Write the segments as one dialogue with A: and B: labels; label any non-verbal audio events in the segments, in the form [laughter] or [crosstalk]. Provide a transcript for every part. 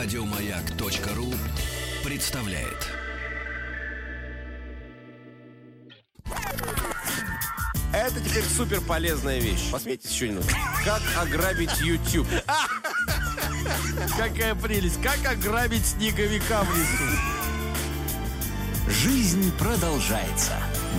A: Радиомаяк.ру представляет.
B: Это теперь супер полезная вещь. Посмейтесь еще немного. Как ограбить YouTube?
C: Какая прелесть! Как ограбить снеговика в лесу?
A: Жизнь продолжается.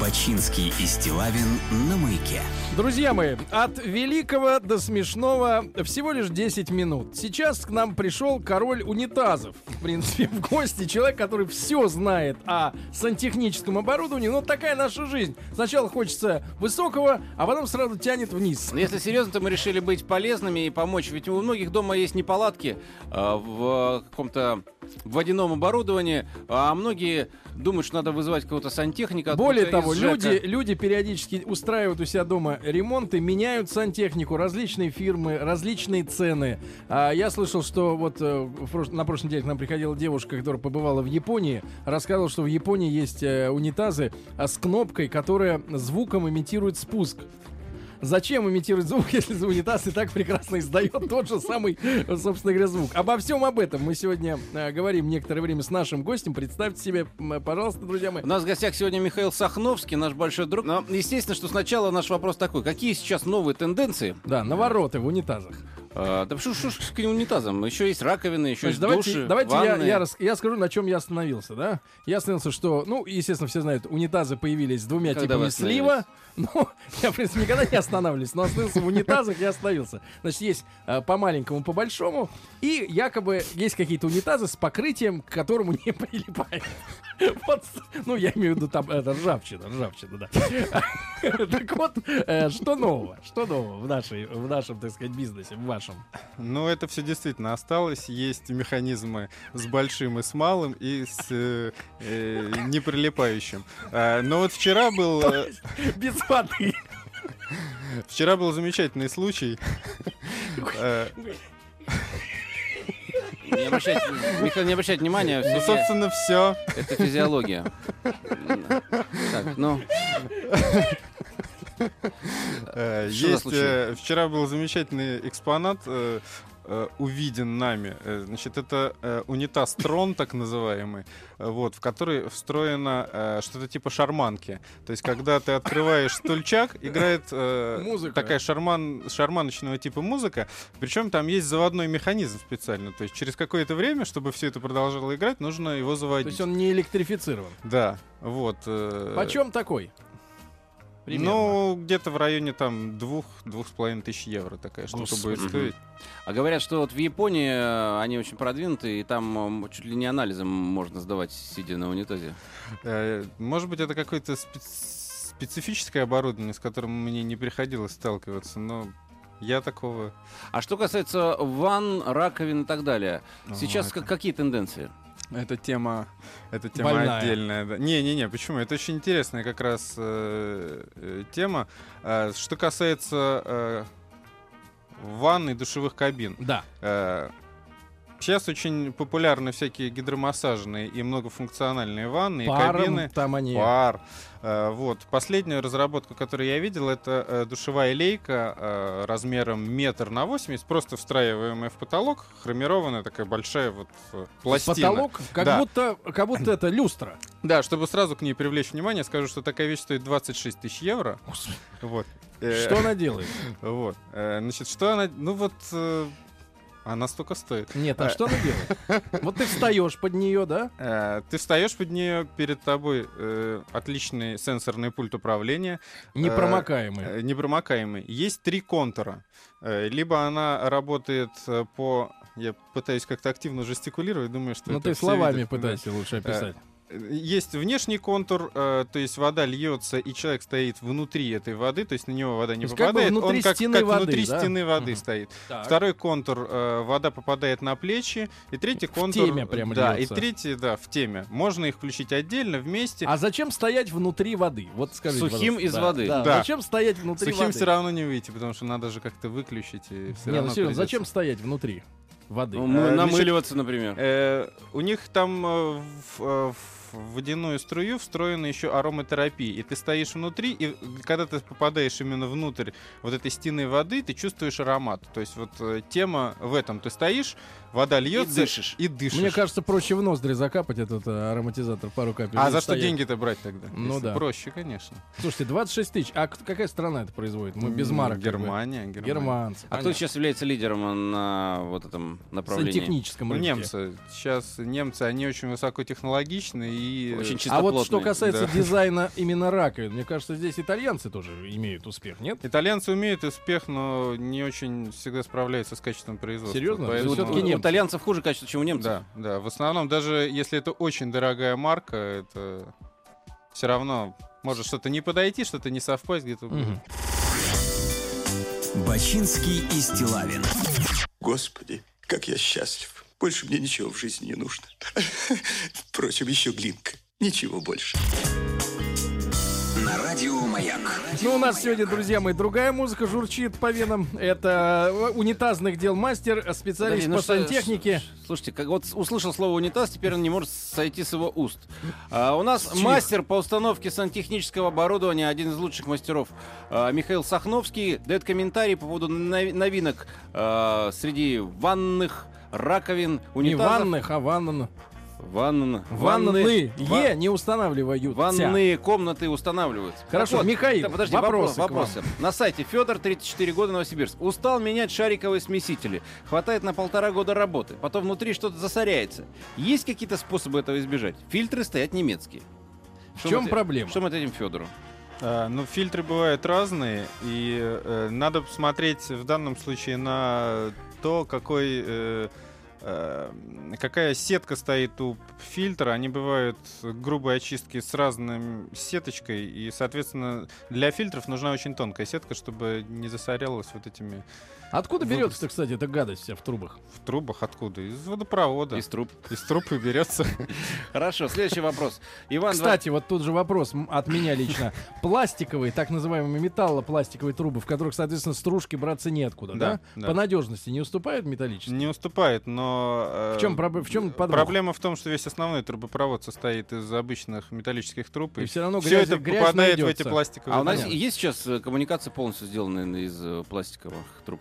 A: Бачинский и Стилавин на маяке.
D: Друзья мои, от великого до смешного всего лишь 10 минут. Сейчас к нам пришел король унитазов. В принципе, [laughs] в гости человек, который все знает о сантехническом оборудовании. Но такая наша жизнь. Сначала хочется высокого, а потом сразу тянет вниз.
C: Ну, Если серьезно, то мы решили быть полезными и помочь. Ведь у многих дома есть неполадки э, в э, каком-то водяном оборудовании, а многие думают, что надо вызывать какого-то сантехника.
D: Более
C: откуда-то
D: того,
C: из
D: люди,
C: ЖЭКа.
D: люди периодически устраивают у себя дома ремонты, меняют сантехнику, различные фирмы, различные цены. А, я слышал, что вот э, в прош- на прошлой неделе к нам приходила девушка, которая побывала в Японии, рассказывала, что в Японии есть э, унитазы а, с кнопкой, которая звуком имитирует спуск. Зачем имитировать звук, [laughs] если унитаз и так прекрасно издает тот же самый, э, собственно говоря, звук? Обо всем об этом мы сегодня э, говорим некоторое время с нашим гостем. Представьте себе, м, пожалуйста, друзья мои.
C: У нас в гостях сегодня Михаил Сахновский, наш большой друг. Но, естественно, что сначала наш вопрос такой. Какие сейчас новые тенденции?
D: Да, навороты в унитазах.
C: Э, да что ж что ж к унитазам? Еще есть раковины,
D: Значит,
C: еще есть
D: давайте
C: души,
D: давайте я,
C: ванны.
D: я, рас- я скажу, на чем я остановился, да? Я остановился, что, ну, естественно, все знают, унитазы появились с двумя
C: Когда
D: типами
C: вы остановились?
D: слива. Ну, [laughs] я, в принципе, никогда не останавливаюсь, но остановился в унитазах, я остановился. Значит, есть э, по маленькому, по большому, и якобы есть какие-то унитазы с покрытием, к которому не [laughs] прилипает. Вот, ну, я имею в виду там, это, ржавчина, ржавчина, да. [laughs] Так вот, э, что нового? Что нового в нашей, в нашем, так сказать, бизнесе, в вашем?
E: Ну, это все действительно осталось. Есть механизмы с большим и с малым, и с э, э, неприлипающим. А, но вот вчера был, э,
D: Без воды.
E: вчера был замечательный случай. Э,
C: Не обращать, Михаил, не обращать внимания.
E: Ну,
C: всё-таки
E: собственно, все.
C: Это
E: [laughs]
C: физиология. Так, ну... Что
E: Э,
C: за
E: Есть,
C: случай?
E: э, вчера был замечательный экспонат, э, э, увиден нами. Э, Значит, это э, унитаз трон, так называемый, э, вот, в который встроено э, что-то типа шарманки. То есть, когда ты открываешь стульчак, играет э,
D: Музыка.
E: такая шарман, шарманочного типа музыка. Причем там есть заводной механизм специально. То есть, через какое-то время, чтобы все это продолжало играть, нужно его
D: То
E: заводить.
D: есть он не электрифицирован.
E: Да, вот. э,
D: Почем такой?
E: ну, где-то в районе там двух, двух с половиной тысяч евро такая штука
C: Господи.
E: будет стоить.
C: А говорят, что вот в Японии э, они очень продвинуты, и там э, чуть ли не анализом можно сдавать, сидя на унитазе.
E: Э, Может быть, это какое-то спе- специфическое оборудование, с которым мне не приходилось сталкиваться, но я такого...
C: А что касается ванн, раковин и так далее,
E: Ну,
C: сейчас
E: это-
C: ка- какие тенденции?
E: Эта тема, эта тема
D: Больная.
E: отдельная. да. Не-не-не, почему? Это очень интересная как раз э, э, тема. Э, Что касается э, ванн и душевых кабин.
D: Да.
E: Э, Сейчас очень популярны всякие гидромассажные и многофункциональные ванны и
D: Паром
E: кабины.
D: там они.
E: Пар. Э, Вот. Последнюю разработку, которую я видел, это э, душевая лейка э, размером метр на 80, просто встраиваемая в потолок, хромированная такая большая вот э, пластина.
D: Потолок, как
E: Да.
D: будто, как будто это люстра.
E: Да, чтобы сразу к ней привлечь внимание, скажу, что такая вещь стоит 26 тысяч евро. Вот. Э,
D: Что она делает?
E: Вот. Э, Значит, что она... Ну вот... э, Она столько стоит.
D: Нет, а
E: Э.
D: что она делает? Вот ты встаешь под нее, да?
E: Э, Ты встаешь под нее, перед тобой э, отличный сенсорный пульт управления,
D: Непромокаемая.
E: э, непромокаемый. Есть три контура. Э, Либо она работает э, по... Я пытаюсь как-то активно жестикулировать, думаю, что...
D: Ну
E: это Э.
D: ты
E: все
D: словами
E: видят, да.
D: пытайся лучше описать.
E: Есть внешний контур, э, то есть вода льется, и человек стоит внутри этой воды, то есть на него вода не
D: То есть как бы
E: попадает.
D: внутри
E: Он как,
D: стены
E: как
D: воды,
E: внутри
D: да?
E: стены воды
D: Мгм.
E: стоит.
D: Так.
E: Второй контур, э, вода попадает на плечи, и третий
D: В
E: контур...
D: теме прям
E: Да,
D: льется.
E: и третий, да, в теме. Можно их включить отдельно, вместе.
D: А зачем стоять внутри воды? Вот скажи.
C: Сухим
D: пожалуйста.
C: из
D: Да,
C: воды.
D: да.
E: Да.
D: Зачем стоять внутри
E: Сухим
D: воды?
E: все равно не выйти, потому что надо же как-то выключить и все
D: Не, ну серьезно,
E: равно. придётся.
D: зачем стоять внутри воды?
C: Ну, мы- А
E: Э, значит,
C: намыливаться, например.
E: Э, у них там э, в, э, в в водяную струю встроена еще ароматерапия. И ты стоишь внутри, и когда ты попадаешь именно внутрь вот этой стены воды, ты чувствуешь аромат. То есть вот э, тема в этом. Ты стоишь, вода льется
B: дышишь.
E: И дышишь.
D: Мне кажется, проще в ноздри закапать этот э, ароматизатор, пару капель.
E: а
D: и
E: за что
D: стоять.
E: деньги-то брать тогда?
D: Ну
E: Если
D: да.
E: Проще, конечно.
D: Слушайте, 26 тысяч. А к- какая страна это производит? Мы без
E: М,
D: марок. как бы.
E: Германия, Германия.
D: Германцы.
C: А кто
D: понятно.
C: сейчас является лидером на вот этом
D: В
C: направлении?
D: техническом
E: Ну,
D: рынке.
E: немцы. Сейчас немцы, они очень высокотехнологичны и...
C: Очень
D: А
C: чистоплотные.
D: вот что касается
E: Да.
D: дизайна именно раковин, мне кажется, здесь итальянцы тоже имеют успех, нет?
E: Итальянцы умеют успех, но не очень всегда справляются с качеством производства.
D: Серьезно?
E: Поэтому-
D: Всё-таки
C: У
D: немцы.
C: итальянцев хуже качество, чем у немцев.
E: Да, да. В основном, даже если это очень дорогая марка, это все равно может что-то не подойти, что-то не совпасть где-то. будет.
D: Мгм.
A: Бачинский и Стилавин.
F: Господи, как я счастлив. Больше мне ничего в жизни не нужно. [laughs] Впрочем, еще глинка. Ничего больше.
A: На радио Маяк.
D: Ну, у нас сегодня, друзья мои, другая музыка журчит по венам. Это э, унитазных дел мастер, э, специалист
C: Подожди, ну
D: по
C: что-
D: сантехнике.
C: с- Слушайте, как вот услышал слово унитаз, теперь он не может сойти с его уст. А, у нас мастер по установке сантехнического оборудования, один из лучших мастеров, а, Михаил Сахновский, дает комментарий по поводу нов- новинок а, среди ванных раковин,
D: Не
C: унитазов.
D: ванных, а ванн.
C: Ванн-
D: Ванны.
C: Ва-
D: Е не устанавливают.
C: Ванные комнаты устанавливаются.
D: Хорошо,
C: Так
D: Михаил,
C: да, подожди,
D: вопросы
C: вопросы.
D: к вам.
C: вопросы. На сайте Федор, 34 года, Новосибирск. Устал менять шариковые смесители. Хватает на полтора года работы. Потом внутри что-то засоряется. Есть какие-то способы этого избежать? Фильтры стоят немецкие.
D: В чем
C: мы-
D: проблема?
C: Что мы ответим Федору?
E: А, ну, фильтры бывают разные, и э, надо посмотреть в данном случае на то, какой, э, э, какая сетка стоит у фильтра. Они бывают грубой очистки с разным сеточкой, и, соответственно, для фильтров нужна очень тонкая сетка, чтобы не засорялась вот этими
D: Откуда берется, кстати, эта гадость вся в трубах?
E: в трубах. Откуда? Из водопровода.
C: Из труб.
E: Из труб и берется.
C: Хорошо, следующий вопрос. Иван,
D: Кстати, вот тут же вопрос м, от меня лично. [laughs] Пластиковые, так называемые металлопластиковые трубы, в которых, соответственно, стружки браться неоткуда, да?
E: Да, да.
D: По надежности не уступают металлические?
E: [laughs] Не уступает, но... э,
D: В чём проб- в чём подвох?
E: Проблема в том, что весь основной трубопровод состоит из обычных металлических труб.
D: И всё равно
E: всё
D: грязи-
E: это
D: грязь
E: попадает в
D: найдётся.
E: эти пластиковые
C: а у нас
E: трубы.
C: есть сейчас э, коммуникация полностью сделанная из э, пластиковых труб?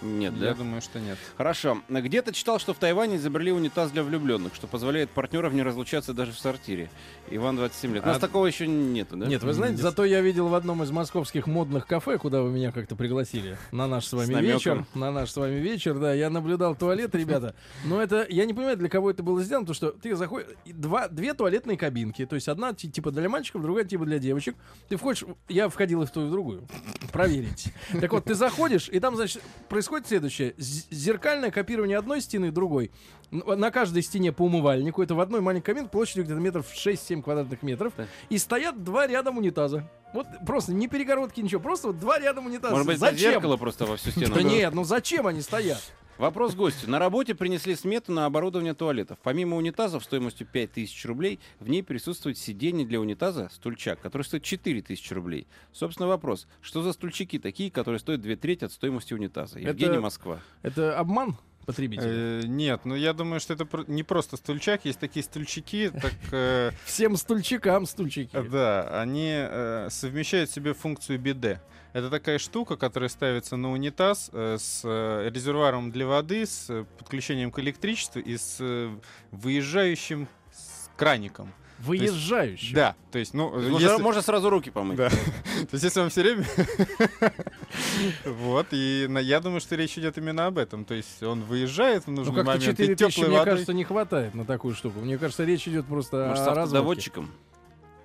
C: Нет, да?
E: Я думаю, что нет.
C: Хорошо. Где-то читал, что в Тайване изобрели унитаз для влюбленных, что позволяет партнерам не разлучаться даже в сортире. Иван 27 лет. У нас
D: А-
C: такого еще нету, да?
D: Нет, вы знаете, зато я видел в одном из московских модных кафе, куда вы меня как-то пригласили, на наш с вами
C: намёком.
D: вечер, на наш с вами вечер, да, я наблюдал туалет, ребята, но это, я не понимаю, для кого это было сделано, потому что ты заходишь, и два, две туалетные кабинки, то есть одна ти- типа для мальчиков, другая типа для девочек, ты входишь, я входил и в ту, и в другую, проверить. Так вот, ты заходишь, и там, значит, происходит следующее, З- зеркальное копирование одной стены другой, Н- на каждой стене по умывальнику, это в одной маленькой кабинке площадью где-то метров 6-7 квадратных метров, и стоят два рядом унитаза. Вот просто не перегородки, ничего, просто вот два рядом унитаза.
C: Может быть, это
D: зачем?
C: зеркало просто во всю стену.
D: Да нет, ну зачем они стоят?
C: Вопрос гостю. На работе принесли смету на оборудование туалетов. Помимо унитазов стоимостью 5000 рублей, в ней присутствует сиденье для унитаза, стульчак, который стоит 4000 рублей. Собственно, вопрос. Что за стульчаки такие, которые стоят две трети от стоимости унитаза?
D: Это-
C: Евгений, Москва.
D: Это обман потребителя.
E: Э, Нет, ну я думаю, что это про- не просто стульчак, есть
C: [laughs]
E: такие стульчаки, так э,
D: Всем стульчикам стульчики.
E: да, они э, совмещают в себе функцию биде. Это такая штука, которая ставится на унитаз э, с э, резервуаром для воды, с э, подключением к электричеству и с э, выезжающим с краником.
D: Выезжающие.
E: Да, то есть, ну, э,
C: Можно,
E: если-
C: можно сразу руки помыть.
E: Да. То есть, если вам все время... [laughs] Вот, и на- я думаю, что речь идет именно об этом. То есть, он выезжает в
D: Ну
E: нужный
D: как-то
E: момент, и
D: 4 тысячи,
E: теплой
D: мне
E: водой...
D: кажется, не хватает на такую штуку. Мне кажется, речь идет просто
C: Может, с
D: о разводке.
C: автодоводчиком.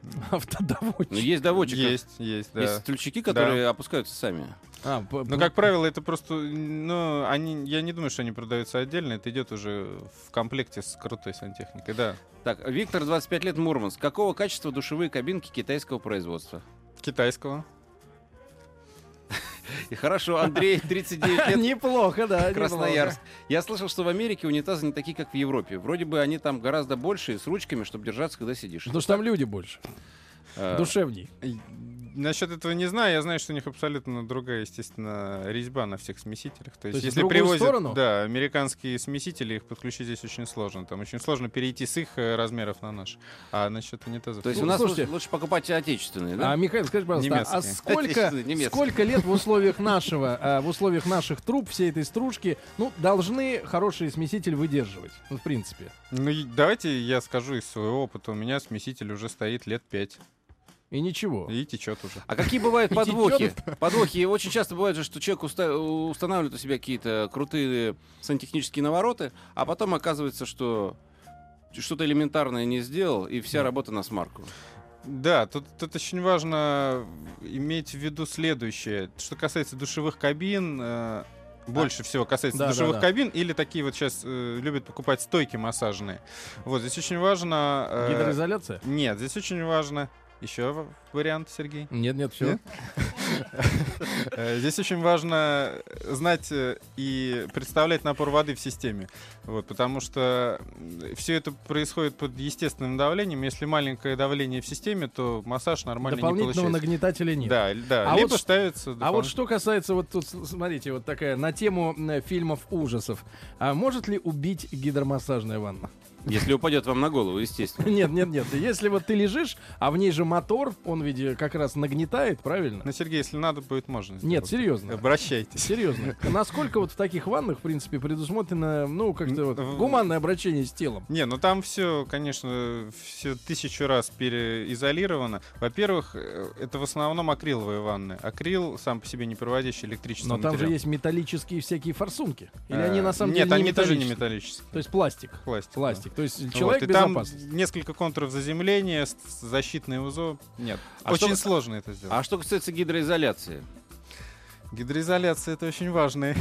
C: Ну,
D: [laughs] Автодоводчик.
C: есть доводчик.
E: Есть, есть,
C: Есть
E: да.
C: стульчики, которые опускаются сами.
D: А, п-
E: Но, как правило, это просто... Ну, они, я не думаю, что они продаются отдельно. Это идет уже в комплекте с крутой сантехникой, да.
C: Так, Виктор, 25 лет, Мурманск. Какого качества душевые кабинки китайского производства?
E: Китайского.
C: И хорошо, Андрей, 39 лет,
D: [laughs] Неплохо, да. неплохо.
C: Красноярск. Я слышал, что в Америке унитазы не такие, как в Европе. Вроде бы они там гораздо больше и с ручками, чтобы держаться, когда сидишь.
D: Потому что там люди больше,
C: Э,
D: душевней.
E: И- Насчет этого не знаю. Я знаю, что у них абсолютно другая, естественно, резьба на всех смесителях. То
D: есть
E: есть,
D: в
E: если
D: другую
E: привозят,
D: сторону?
E: да, американские смесители, их подключить здесь очень сложно. Там очень сложно перейти с их э, размеров на наш. А насчет унитазов...
C: То есть
D: Ну,
C: у нас
D: слушайте.
C: лучше покупать отечественные, да?
D: А, Михаил, скажи, пожалуйста, а
E: Немецкие.
D: сколько,
C: Отлично, немецкие.
D: сколько лет в условиях нашего, а, в условиях наших труб, всей этой стружки, ну, должны хороший смеситель выдерживать? Ну, в принципе.
E: Ну, и давайте я скажу из своего опыта. У меня смеситель уже стоит лет пять.
D: И ничего.
E: И течет уже.
C: А какие бывают подвохи?
D: Идет.
C: Подвохи. И очень часто бывает же, что человек уста- устанавливает у себя какие-то крутые сантехнические навороты, а потом оказывается, что что-то элементарное не сделал, и вся работа на смарку.
E: Да, тут, тут очень важно э, иметь в виду следующее. Что касается душевых кабин, э, больше всего касается
D: Да, да,
E: душевых
D: да.
E: кабин или такие вот сейчас любят покупать стойки массажные. Вот здесь очень важно... э,
D: Гидроизоляция?
E: Нет, здесь очень важно... Еще вариант, Сергей.
D: Нет, нет, все.
E: Нет? Э, Здесь очень важно знать э, и представлять напор воды в системе. Вот, потому что все это происходит под естественным давлением. Если маленькое давление в системе, то массаж нормально не
D: Дополнительного
E: получается.
D: нагнетателя нет.
E: Да, л- да.
D: А
E: либо
D: вот ш-
E: ставится
D: А вот
E: дополнительно.
D: что касается вот тут, с- смотрите, вот такая на тему м, фильмов ужасов. А может ли убить гидромассажная ванна? [laughs]
C: Если упадет вам на голову, естественно.
D: Нет, нет, нет. Если вот ты лежишь, а в ней же мотор, он ведь э, как раз нагнетает, правильно?
E: Ну, Сергей, если надо будет, можно.
D: Нет,
E: сделать.
D: серьезно.
E: Обращайтесь.
D: Серьезно. Насколько вот в таких ваннах, в принципе, предусмотрено, ну, как-то вот
E: В-
D: гуманное обращение с телом?
E: Не, ну там все, конечно, все тысячу раз переизолировано. Во-первых, э, это в основном акриловые ванны. Акрил сам по себе не проводящий электричество.
D: Но там же
E: материал.
D: есть металлические всякие форсунки. Или
E: Э,
D: они на самом деле
E: Нет,
D: не
E: они тоже не
D: металлические?
E: металлические.
D: То есть пластик.
E: Пластик. да.
D: Пластик. То есть
E: Вот,
D: человек
E: и там
D: безопасен.
E: несколько контуров заземления, с- с- защитное УЗО. Нет.
C: А
E: очень
C: что-
E: сложно это сделать.
C: А что касается гидроизоляции?
E: Гидроизоляция это очень важный,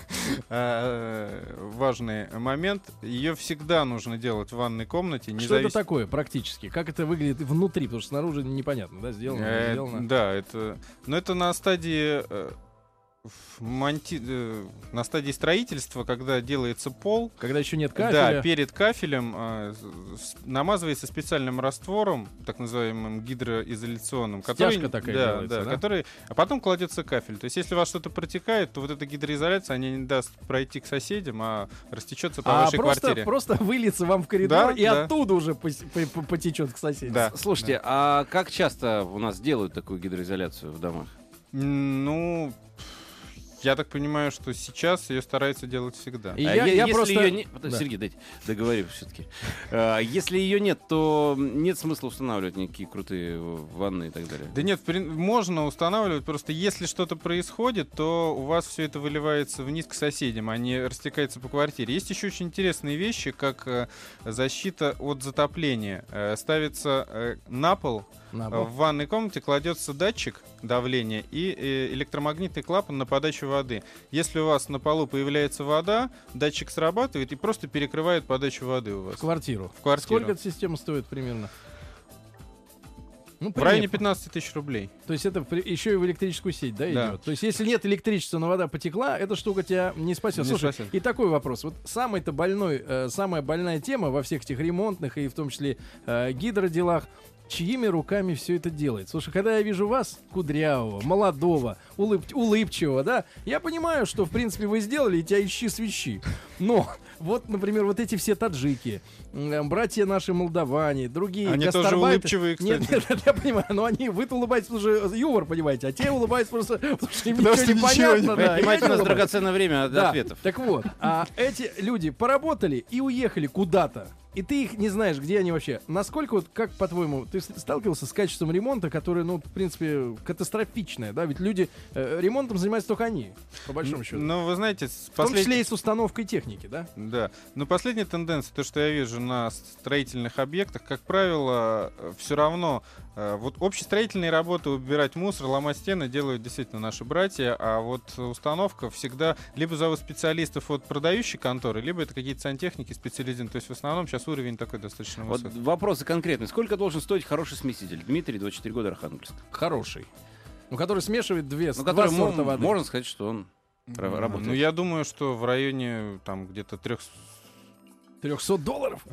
E: [laughs] э, важный момент. Ее всегда нужно делать в ванной комнате.
D: Что это
E: независ-
D: такое практически? Как это выглядит внутри? Потому что снаружи непонятно, да, сделано, не
E: Э,
D: сделано.
E: Да, это. Но это на стадии э, в монти- э, на стадии строительства, когда делается пол.
D: Когда еще нет
E: Да,
D: кафеля.
E: перед кафелем э, с- с- намазывается специальным раствором, так называемым гидроизоляционным, который,
D: Стяжка такая
E: да,
D: делается,
E: да,
D: да?
E: который, а потом кладется кафель. То есть, если у вас что-то протекает, то вот эта гидроизоляция, она не даст пройти к соседям, а растечется по
D: а
E: вашей
D: просто,
E: квартире.
D: просто выльется вам в коридор
E: Да,
D: и
E: да.
D: оттуда уже пос- по- по- потечет к соседям.
E: Да.
C: Слушайте, а как часто у нас делают такую гидроизоляцию в домах?
E: М, Ну, я так понимаю, что сейчас ее стараются делать всегда.
D: И
C: А
D: я,
C: е-
D: я
C: если
D: просто...
C: её не- Подожди,
D: Да.
C: Сергей, дайте договорю все-таки. Если ее нет, то нет смысла устанавливать никакие крутые ванны и так далее.
E: Да нет, в прин- можно устанавливать, просто если что-то происходит, то у вас все это выливается вниз к соседям, а не растекается по квартире. Есть еще очень интересные вещи, как э, защита от затопления. Э, ставится э, на пол,
D: На,
E: э, в ванной комнате кладется датчик давления и э, электромагнитный клапан на подачу воды. Если у вас на полу появляется вода, датчик срабатывает и просто перекрывает подачу воды у вас.
D: в квартиру.
E: В квартиру.
D: Сколько эта система стоит примерно? Ну,
E: В районе
D: примерно.
E: 15 тысяч рублей.
D: То есть это при- еще и в электрическую сеть, да,
E: Да.
D: идет? То есть если нет электричества, но вода потекла, эта штука тебя не спасет.
E: Не
D: Слушай,
E: спасет.
D: и такой вопрос. Вот самый-то больной, э, самая больная тема во всех этих ремонтных и в том числе э, гидроделах, чьими руками все это делает? Слушай, когда я вижу вас, кудрявого, молодого, улыб- улыбчивого, да, я понимаю, что, в принципе, вы сделали, и тебя ищи свищи. Но вот, например, вот эти все таджики, м, братья наши молдаване, другие
E: Они тоже
D: гастарбайты-
E: улыбчивые,
D: Нет,
E: кстати.
D: нет, я понимаю, но они, вы улыбаетесь уже юмор, понимаете, а те улыбаются просто, потому что им ничего
E: что
D: не
E: ничего не
D: понятно. да, и
C: Понимаете,
D: они
C: у нас
D: улыбаются.
C: драгоценное время от
D: Да,
C: ответов.
D: Так вот, а эти люди поработали и уехали куда-то. И ты их не знаешь, где они вообще. Насколько вот, как по-твоему, ты с- сталкивался с качеством ремонта, которое, ну, в принципе, катастрофичное, да? Ведь люди э, ремонтом занимаются только они, по большому счету.
E: Ну, вы знаете, с
D: в том
E: послед-
D: числе и с установкой техники, да?
E: Да. Но последняя тенденция, то, что я вижу на строительных объектах, как правило, все равно э, вот общестроительные работы, убирать мусор, ломать стены делают действительно наши братья, а вот установка всегда либо зовут специалистов от продающей конторы, либо это какие-то сантехники специализированные. То есть в основном сейчас уровень такой достаточно
C: Вот
E: высокий.
C: вопросы конкретные. Сколько должен стоить хороший смеситель? Дмитрий, 24 года, Архангельск.
D: Хороший. Ну, который смешивает две,
C: Ну,
D: два
C: который мо-
D: сорта воды.
C: можно сказать, что он ра- работает.
E: Ну, я думаю, что в районе там где-то трех
D: 300 долларов?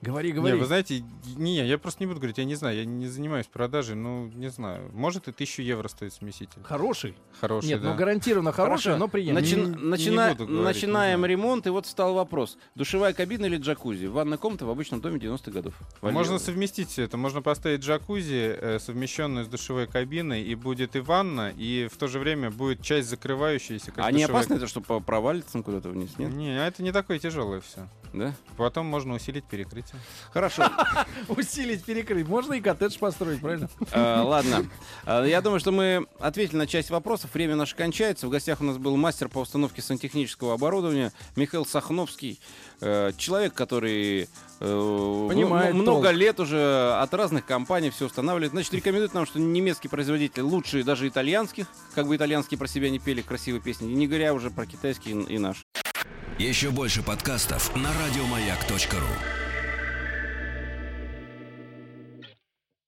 D: Говори,
E: Не,
D: говори.
E: вы знаете, не, я просто не буду говорить, я не знаю, я не занимаюсь продажей, ну, не знаю. Может и тысячу евро стоит смеситель.
D: Хороший?
E: Хороший,
D: Нет,
E: да.
D: ну гарантированно хороший,
C: Хорошо.
D: но приятный.
E: Значит,
C: Начи-
E: Не- не
C: начина-
E: буду говорить,
C: начинаем
E: не знаю.
C: ремонт, и вот встал вопрос. Душевая кабина или джакузи? Ванная комната в обычном доме 90-х годов.
E: Можно
C: Вольерная.
E: совместить всё это. Можно поставить джакузи, э, совмещенную с душевой кабиной, и будет и ванна, и в то же время будет часть закрывающаяся. Как
C: А не
E: душевая-
C: опасно это, что по- провалится он куда-то вниз? Нет?
E: Не, а это не такое тяжелое все.
C: Да?
E: Потом можно усилить перекрытие.
C: Хорошо.
D: [laughs] Усилить перекрыть. Можно и коттедж построить, правильно?
C: Э, Ладно. Э, Я думаю, что мы ответили на часть вопросов. Время наше кончается. В гостях у нас был мастер по установке сантехнического оборудования Михаил Сахновский. Э, Человек, который э, м-
D: Понимает
C: много
D: толк.
C: лет уже от разных компаний все устанавливает. Значит, рекомендует нам, что немецкие производители лучшие даже итальянских. Как бы итальянские про себя не пели красивые песни. Не говоря уже про китайский и и наш.
A: Еще больше подкастов на радиомаяк.ру.